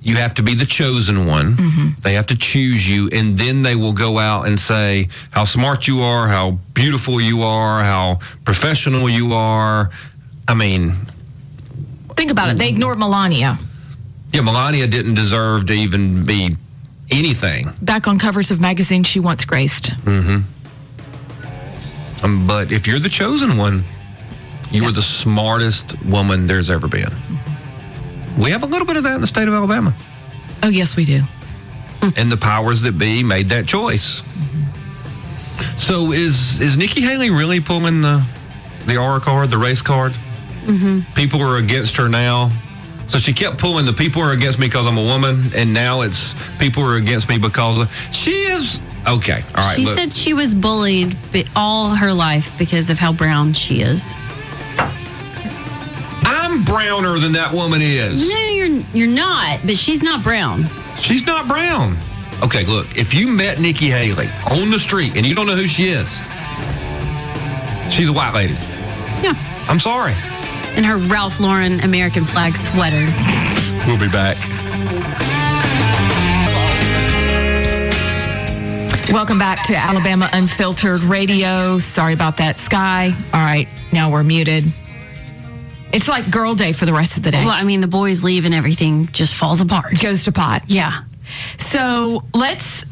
Speaker 1: you have to be the chosen one.
Speaker 3: Mm-hmm.
Speaker 1: They have to choose you, and then they will go out and say how smart you are, how beautiful you are, how professional you are. I mean,
Speaker 3: Think about it. They ignored Melania
Speaker 1: yeah, Melania didn't deserve to even be anything.
Speaker 3: back on covers of magazines she once graced.
Speaker 1: Um, but if you're the chosen one, you are the smartest woman there's ever been. We have a little bit of that in the state of Alabama.
Speaker 3: Oh, yes, we do.
Speaker 1: and the powers that be made that choice. So is is Nikki Haley really pulling the the R card, the race card?
Speaker 2: Mm-hmm.
Speaker 1: People are against her now. So she kept pulling the people are against me because I'm a woman, and now it's people are against me because of, she is okay. All right,
Speaker 2: she
Speaker 1: look,
Speaker 2: said she was bullied bi- all her life because of how brown she is.
Speaker 1: I'm browner than that woman is.
Speaker 2: No, you're you're not. But she's not brown.
Speaker 1: She's not brown. Okay, look, if you met Nikki Haley on the street and you don't know who she is, she's a white lady.
Speaker 2: Yeah.
Speaker 1: I'm sorry.
Speaker 2: In her Ralph Lauren American flag sweater.
Speaker 1: We'll be back.
Speaker 3: Welcome back to Alabama Unfiltered Radio. Sorry about that, Sky. All right, now we're muted. It's like girl day for the rest of the day.
Speaker 2: Well, I mean, the boys leave and everything just falls apart.
Speaker 3: Goes to pot.
Speaker 2: Yeah.
Speaker 3: So let's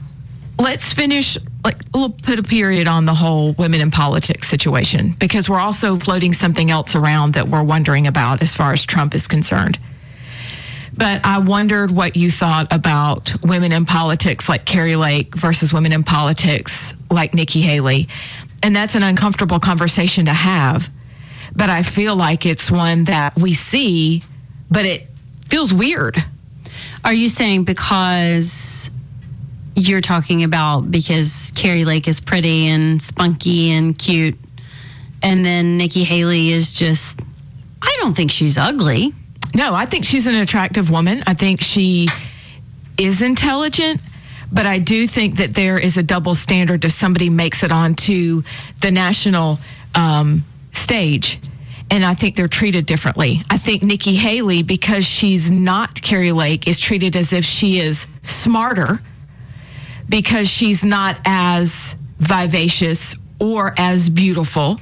Speaker 3: let's finish. Like we'll put a period on the whole women in politics situation because we're also floating something else around that we're wondering about as far as Trump is concerned. But I wondered what you thought about women in politics like Carrie Lake versus women in politics like Nikki Haley. And that's an uncomfortable conversation to have. But I feel like it's one that we see, but it feels weird.
Speaker 2: Are you saying because you're talking about because Carrie Lake is pretty and spunky and cute, and then Nikki Haley is just, I don't think she's ugly.
Speaker 3: No, I think she's an attractive woman. I think she is intelligent, but I do think that there is a double standard if somebody makes it onto the national um, stage. And I think they're treated differently. I think Nikki Haley, because she's not Carrie Lake, is treated as if she is smarter because she's not as vivacious or as beautiful.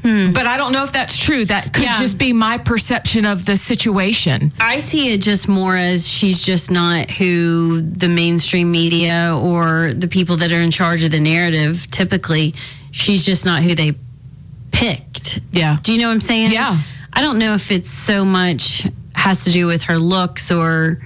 Speaker 3: But I don't know if that's true. That could
Speaker 2: Yeah.
Speaker 3: just be my perception of the situation.
Speaker 2: I see it just more as she's just not who the mainstream media or the people that are in charge of the narrative typically, she's just not who they picked.
Speaker 3: Yeah.
Speaker 2: Do you know what I'm saying?
Speaker 3: Yeah.
Speaker 2: I don't know if it's so much has to do with her looks or.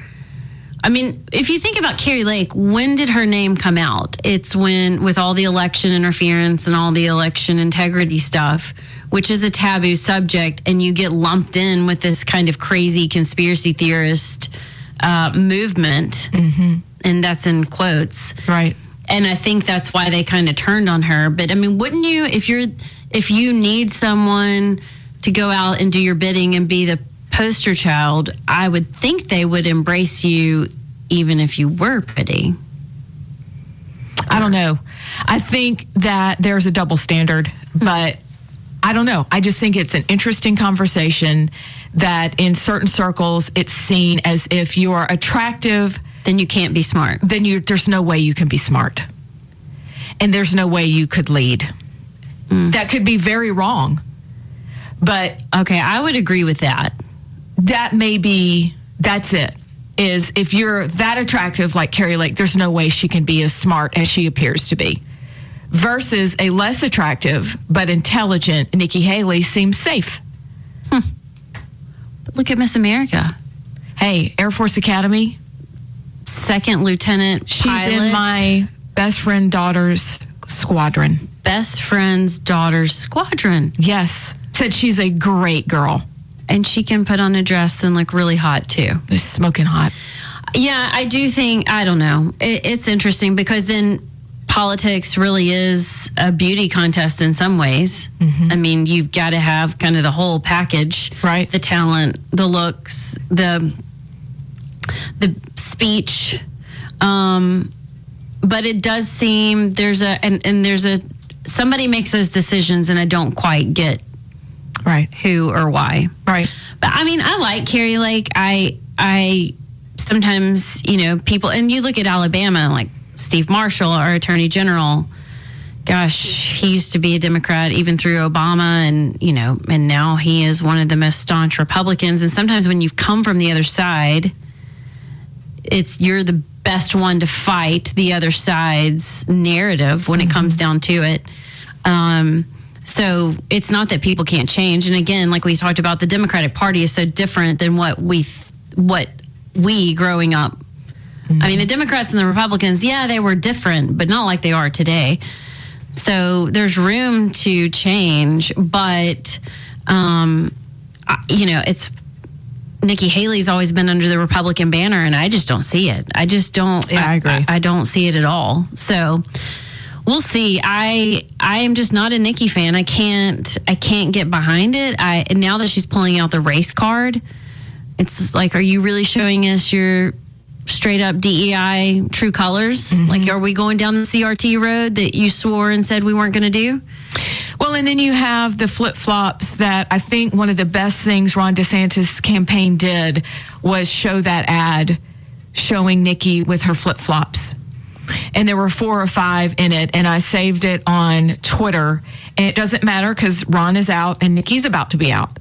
Speaker 2: I mean, if you think about Carrie Lake, when did her name come out? It's when, with all the election interference and all the election integrity stuff, which is a taboo subject, and you get lumped in with this kind of crazy conspiracy theorist uh, movement. And that's in quotes
Speaker 3: Right.
Speaker 2: and I think that's why they kind of turned on her. But I mean, wouldn't you if you're if you need someone to go out and do your bidding and be the poster child, I would think they would embrace you even if you were pretty.
Speaker 3: I don't know. I think that there's a double standard, but I don't know. I just think it's an interesting conversation that in certain circles it's seen as if you are attractive,
Speaker 2: Then you can't be smart.
Speaker 3: then you there's no way you can be smart. and there's no way you could lead. That could be very wrong, but
Speaker 2: Okay, I would agree with that.
Speaker 3: that may be that's it. Is if you're that attractive like Carrie Lake, there's no way she can be as smart as she appears to be. Versus a less attractive but intelligent Nikki Haley seems safe.
Speaker 2: But look at Miss America,
Speaker 3: Hey, Air Force Academy,
Speaker 2: second lieutenant.
Speaker 3: she's in
Speaker 2: pilot,
Speaker 3: my best friend daughter's squadron.
Speaker 2: best friend's daughter's squadron,
Speaker 3: Yes. Said she's a great girl.
Speaker 2: and she can put on a dress and look really hot too.
Speaker 3: It's smoking hot.
Speaker 2: Yeah, I do think, I don't know. It, it's interesting because then politics really is a beauty contest in some ways. I mean, you've got to have kind of the whole package
Speaker 3: Right.
Speaker 2: the talent, the looks, the, the speech. Um, but it does seem there's a, and, and there's a, somebody makes those decisions and I don't quite get
Speaker 3: Right.
Speaker 2: who or why.
Speaker 3: Right.
Speaker 2: But I mean, I like Carrie Lake. I I sometimes you know people, and you look at Alabama, like Steve Marshall, our Attorney General. Gosh, he used to be a Democrat even through Obama, and you know, and now he is one of the most staunch Republicans. And sometimes when you've come from the other side, it's you're the best one to fight the other side's narrative when it comes down to it. Um, so it's not that people can't change. And again, like we talked about, the Democratic Party is so different than what we th- what we growing up. I mean, the Democrats and the Republicans, yeah, they were different, but not like they are today. So there's room to change, but um, I- you know, it's Nikki Haley's always been under the Republican banner, and I just don't see it. I just don't.
Speaker 3: Yeah, I agree.
Speaker 2: I, I don't see it at all. So we'll see. I I am just not a Nikki fan. I can't I can't get behind it. I and now that she's pulling out the race card, it's just like, are you really showing us your straight up DEI true colors? Like, are we going down the CRT road that you swore and said we weren't going to do?
Speaker 3: Well, and then you have the flip flops that I think one of the best things Ron DeSantis' campaign did was show that ad showing Nikki with her flip flops. And there were four or five in it, and I saved it on Twitter. And it doesn't matter because Ron is out and Nikki's about to be out.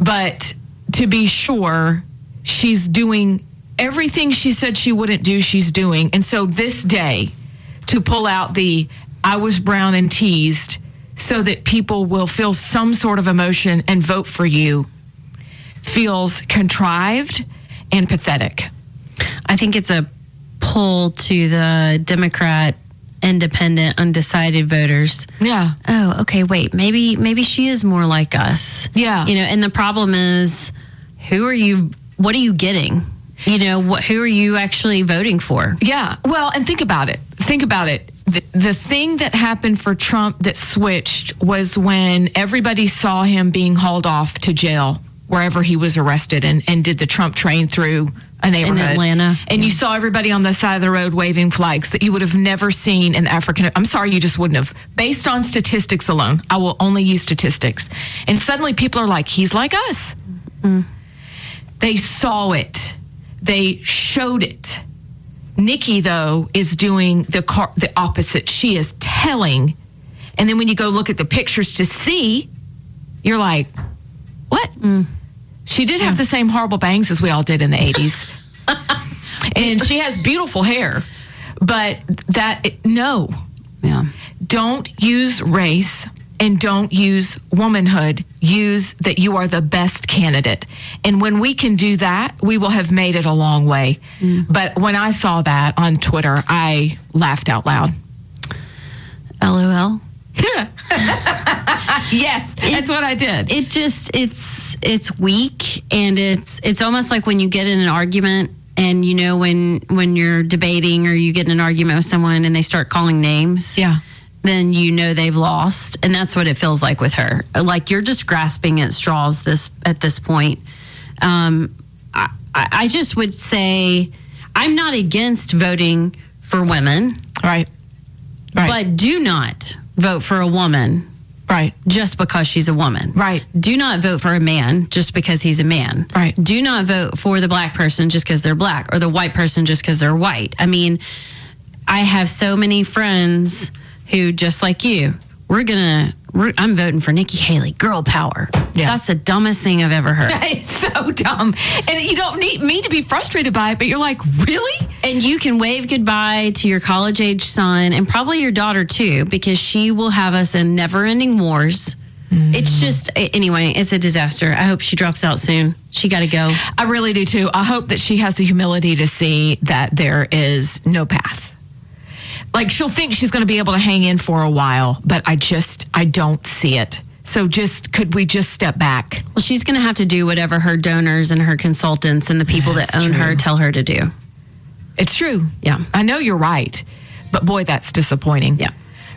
Speaker 3: But to be sure, she's doing everything she said she wouldn't do, she's doing. And so this day, to pull out the I was brown and teased so that people will feel some sort of emotion and vote for you feels contrived and pathetic.
Speaker 2: I think it's a pull to the Democrat, independent, undecided voters.
Speaker 3: Yeah.
Speaker 2: Oh, okay. Wait, maybe maybe she is more like us.
Speaker 3: Yeah.
Speaker 2: you know. And the problem is, who are you? What are you getting? You know, what, who are you actually voting for?
Speaker 3: Yeah. Well, and think about it. Think about it. The, the thing that happened for Trump that switched was when everybody saw him being hauled off to jail wherever he was arrested and, and did the Trump train through a neighborhood.
Speaker 2: Atlanta,
Speaker 3: And you saw everybody on the side of the road waving flags that you would have never seen in African. I'm sorry, you just wouldn't have. Based on statistics alone, I will only use statistics. And suddenly people are like, he's like us. They saw it. They showed it. Nikki though is doing the car- the opposite. She is telling, and then when you go look at the pictures to see, you're like, what? She did have the same horrible bangs as we all did in the '80s, and she has beautiful hair, but that no,
Speaker 2: Yeah.
Speaker 3: don't use race and don't use womanhood. Use that you are the best candidate. And when we can do that, we will have made it a long way. But when I saw that on Twitter, I laughed out loud.
Speaker 2: LOL.
Speaker 3: Yes, that's what I did.
Speaker 2: it just it's it's weak and it's it's almost like when you get in an argument and you know when when you're debating or you get in an argument with someone and they start calling names
Speaker 3: Yeah.
Speaker 2: then you know they've lost and that's what it feels like with her like you're just grasping at straws this at this point um i i I just would say i'm not against voting for women
Speaker 3: Right. Right.
Speaker 2: but do not vote for a woman
Speaker 3: right.
Speaker 2: just because she's a woman
Speaker 3: Right.
Speaker 2: do not vote for a man just because he's a man.
Speaker 3: Right.
Speaker 2: Do not vote for the black person just because they're black or the white person just because they're white. I mean, I have so many friends who, just like you, we're gonna. We're, I'm voting for Nikki Haley, girl power.
Speaker 3: Yeah.
Speaker 2: That's the dumbest thing I've ever heard.
Speaker 3: It's so dumb. And you don't need me to be frustrated by it, but you're like, really?
Speaker 2: And you can wave goodbye to your college age son and probably your daughter too, because she will have us in never ending wars. It's just, a- anyway, it's a disaster. I hope she drops out soon. She got to go.
Speaker 3: I really do too. I hope that she has the humility to see that there is no path. Like she'll think she's going to be able to hang in for a while, but I just, I don't see it. So just, could we just step back?
Speaker 2: Well, she's going to have to do whatever her donors and her consultants and the people that
Speaker 3: That's
Speaker 2: own her
Speaker 3: true.
Speaker 2: tell her to do.
Speaker 3: It's true.
Speaker 2: Yeah.
Speaker 3: I know you're right, but boy, that's disappointing.
Speaker 2: Yeah.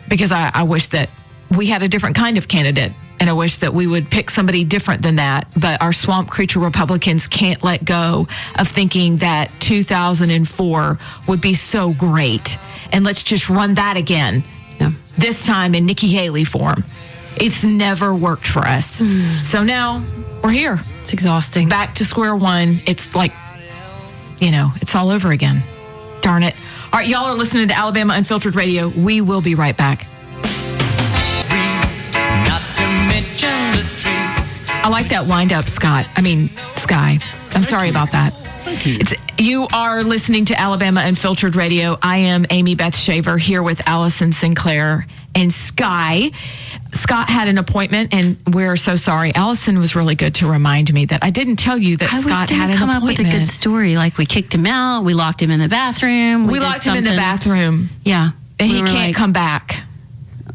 Speaker 3: Because I, I wish that we had a different kind of candidate. And I wish that we would pick somebody different than that. But our swamp creature Republicans can't let go of thinking that 2004 would be so great. And let's just run that again,
Speaker 2: Yeah.
Speaker 3: this time in Nikki Haley form. It's never worked for us. So now we're here,
Speaker 2: Mm. It's exhausting.
Speaker 3: back to square one. It's like you know, it's all over again. Darn it. All right, y'all are listening to Alabama Unfiltered Radio. We will be right back.
Speaker 7: Not to mention the trees.
Speaker 3: I like that wind up, Scott. I mean, Sky. I'm sorry about that. Thank you. It's, you are listening to Alabama Unfiltered Radio. I am Amy Beth Shaver here with Allison Sinclair and Sky. Scott had an appointment, and we're so sorry. Allison was really good to remind me that I didn't tell you that
Speaker 2: I was
Speaker 3: Scott
Speaker 2: gonna
Speaker 3: had an
Speaker 2: come up with a
Speaker 3: appointment.
Speaker 2: good story. Like we kicked him out, we locked him in the bathroom.
Speaker 3: we
Speaker 2: did
Speaker 3: locked him in the
Speaker 2: something.
Speaker 3: bathroom,
Speaker 2: Yeah.
Speaker 3: and
Speaker 2: We
Speaker 3: he
Speaker 2: were
Speaker 3: can't
Speaker 2: like, "Mm,
Speaker 3: come back.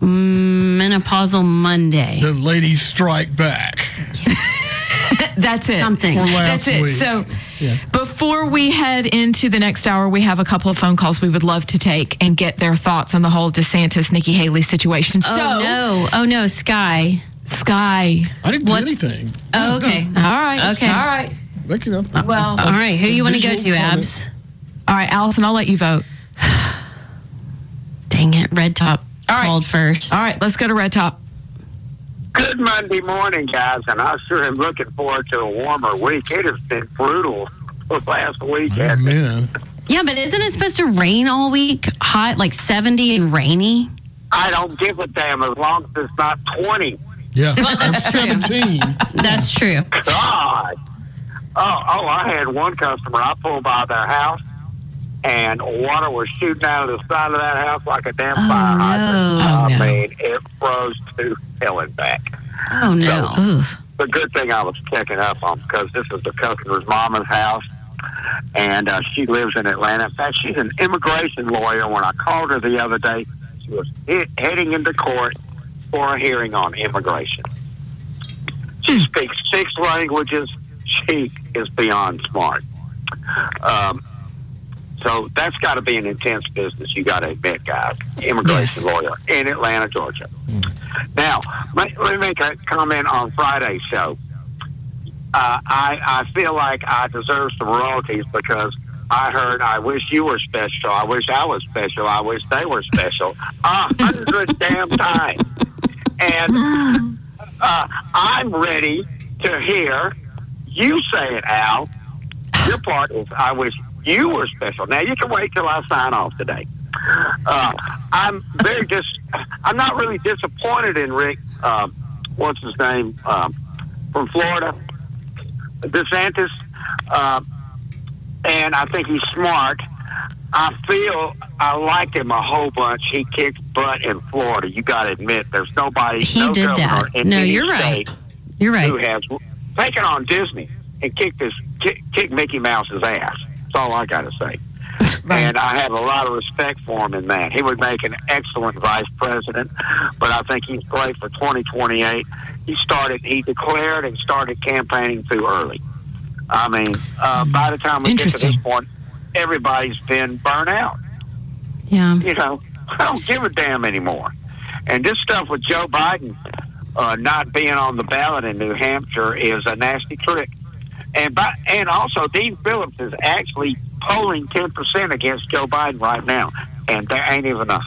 Speaker 2: Menopausal Monday.
Speaker 4: The ladies strike back.
Speaker 3: That's it.
Speaker 2: Something. Or
Speaker 4: last
Speaker 3: That's it.
Speaker 4: week.
Speaker 3: So before we head into the next hour, we have a couple of phone calls we would love to take and get their thoughts on the whole DeSantis Nikki Haley situation.
Speaker 2: oh,
Speaker 3: so
Speaker 2: no. Oh, no. Sky.
Speaker 3: Sky.
Speaker 4: I didn't
Speaker 2: What?
Speaker 4: do anything.
Speaker 2: Oh, okay.
Speaker 3: All right.
Speaker 2: Okay.
Speaker 3: All right.
Speaker 4: Make it up.
Speaker 3: Well,
Speaker 2: All right, who do you want to go to,
Speaker 4: Visual comment.
Speaker 2: Abs?
Speaker 3: all right, Allison, I'll let you vote.
Speaker 2: Dang it, Red Top
Speaker 3: All right.
Speaker 2: called first.
Speaker 3: All right, let's go to Red Top.
Speaker 8: Good Monday morning, guys, and I sure am looking forward to a warmer week. It has been brutal last
Speaker 4: Oh,
Speaker 8: weekend.
Speaker 4: man.
Speaker 2: Yeah, but isn't it supposed to rain all week? Hot, like 70 and rainy?
Speaker 8: I don't give a damn as long as it's not 20.
Speaker 4: Yeah. I'm
Speaker 2: that's true.
Speaker 4: 17.
Speaker 2: That's true.
Speaker 8: God. Oh, oh, I had one customer. I pulled by their house, and water was shooting out of the side of that house like a damn
Speaker 2: Oh,
Speaker 8: fire
Speaker 2: no.
Speaker 3: Oh,
Speaker 8: hydrant.
Speaker 3: no.
Speaker 8: I mean, it froze to hell and back.
Speaker 2: Oh, no.
Speaker 3: Ugh.
Speaker 8: the good thing I was checking up on because this is the customer's mama's house, and uh, she lives in Atlanta. In fact, she's an immigration lawyer. When I called her the other day, she was he- heading into court for a hearing on immigration. She speaks six languages. She is beyond smart. Um, so that's got to be an intense business. You got to admit, guys, immigration
Speaker 3: Yes.
Speaker 8: lawyer in Atlanta, Georgia. Now, let, let me make a comment on Friday's show. Uh, I I feel like I deserve some royalties because I heard I wish you were special. I wish I was special. I wish they were special a hundred damn times. And uh, I'm ready to hear you say it, Al. Your part is I wish you were special. Now you can wait till I sign off today. Uh, I'm very dis. I'm not really disappointed in Rick. Um, what's his name um, from Florida, DeSantis, uh, and I think he's smart. I feel I like him a whole bunch. He kicked butt in Florida. You got to admit, there's nobody.
Speaker 2: He
Speaker 8: no
Speaker 2: did that.
Speaker 8: governor In
Speaker 2: No,
Speaker 8: any
Speaker 2: you're
Speaker 8: state
Speaker 2: right. You're
Speaker 8: who
Speaker 2: right.
Speaker 8: has taken on Disney and kicked his kick, kicked Mickey Mouse's ass. That's all I got to say. And I have a lot of respect for him in that. He would make an excellent vice president, but I think he's great for 2028. He started, he declared and started campaigning too early. I mean, uh, by the time we get to this
Speaker 3: Interesting.
Speaker 8: point, everybody's been burnt out
Speaker 2: Yeah.
Speaker 8: you know, I don't give a damn anymore. And this stuff with Joe Biden uh, not being on the ballot in New Hampshire is a nasty trick. And by, and also Dean Phillips is actually polling ten percent against Joe Biden right now, and there ain't even a, a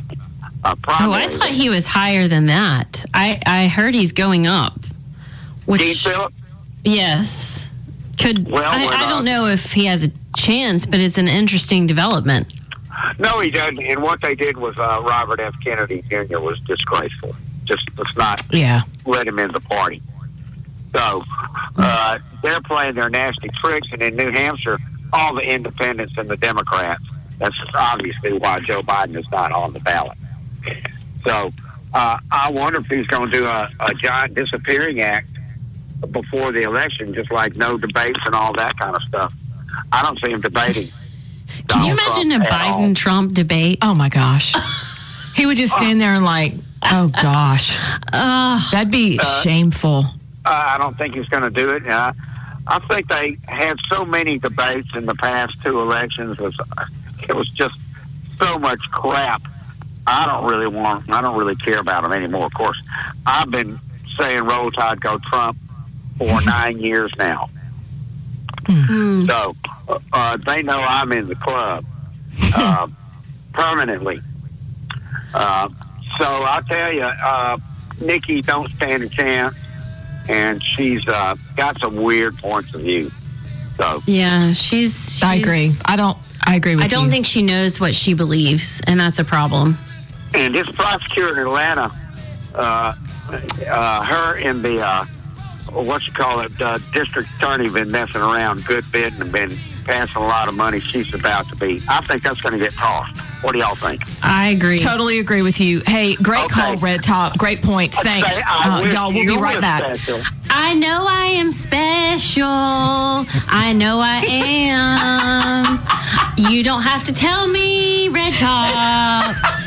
Speaker 2: Oh,
Speaker 8: primary.
Speaker 2: I thought he was higher than that. I, I heard he's going up,
Speaker 8: Dean
Speaker 2: which,
Speaker 8: Phillips.
Speaker 2: yes, could.
Speaker 8: Well,
Speaker 2: I,
Speaker 8: we're
Speaker 2: I don't
Speaker 8: not-
Speaker 2: know if he has a chance, but it's an interesting development.
Speaker 8: No, he doesn't. And what they did was uh, Robert F. Kennedy Jr. was disgraceful. Just let's not
Speaker 3: Yeah.
Speaker 8: let him in the party. So uh, they're playing their nasty tricks, and in New Hampshire, all the independents and the Democrats. That's obviously why Joe Biden is not on the ballot. So uh, I wonder if he's going to do a, a giant disappearing act before the election, just like no debates and all that kind of stuff. I don't see him debating.
Speaker 2: Can you
Speaker 8: Donald
Speaker 2: imagine a
Speaker 8: Trump at all.
Speaker 2: Biden Trump debate?
Speaker 3: Oh my gosh. he would just stand there and like, oh gosh. That'd be shameful.
Speaker 8: Uh, I don't think he's going to do it. Uh, I think they had so many debates in the past two elections. Was it was just so much crap. I don't really want. I don't really care about them anymore. Of course, I've been saying roll tide, go Trump for nine years now. So uh, uh, they know I'm in the club uh, permanently. Uh, so I tell you, uh, Nikki don't stand a chance and she's uh, got some weird points of view. So
Speaker 2: Yeah, she's.
Speaker 3: I
Speaker 2: she's-
Speaker 3: agree. I don't I agree with
Speaker 2: I don't
Speaker 3: you.
Speaker 2: think she knows what she believes, and that's a problem.
Speaker 8: and this prosecutor in Atlanta, uh, uh, her and the uh, what you call it, uh, district attorney have been messing around good bit and been passing a lot of money. She's about to be. I think that's going to get tossed. What do y'all think?
Speaker 2: I agree.
Speaker 3: Totally agree with you. Hey, great
Speaker 8: Okay.
Speaker 3: call, Red Top. Great points. Thanks.
Speaker 8: Say, I
Speaker 3: Uh,
Speaker 8: wish
Speaker 3: y'all, we'll be
Speaker 8: you
Speaker 3: right
Speaker 8: were
Speaker 3: back.
Speaker 8: special.
Speaker 2: I know I am special. I know I am. you don't have to tell me, Red Top.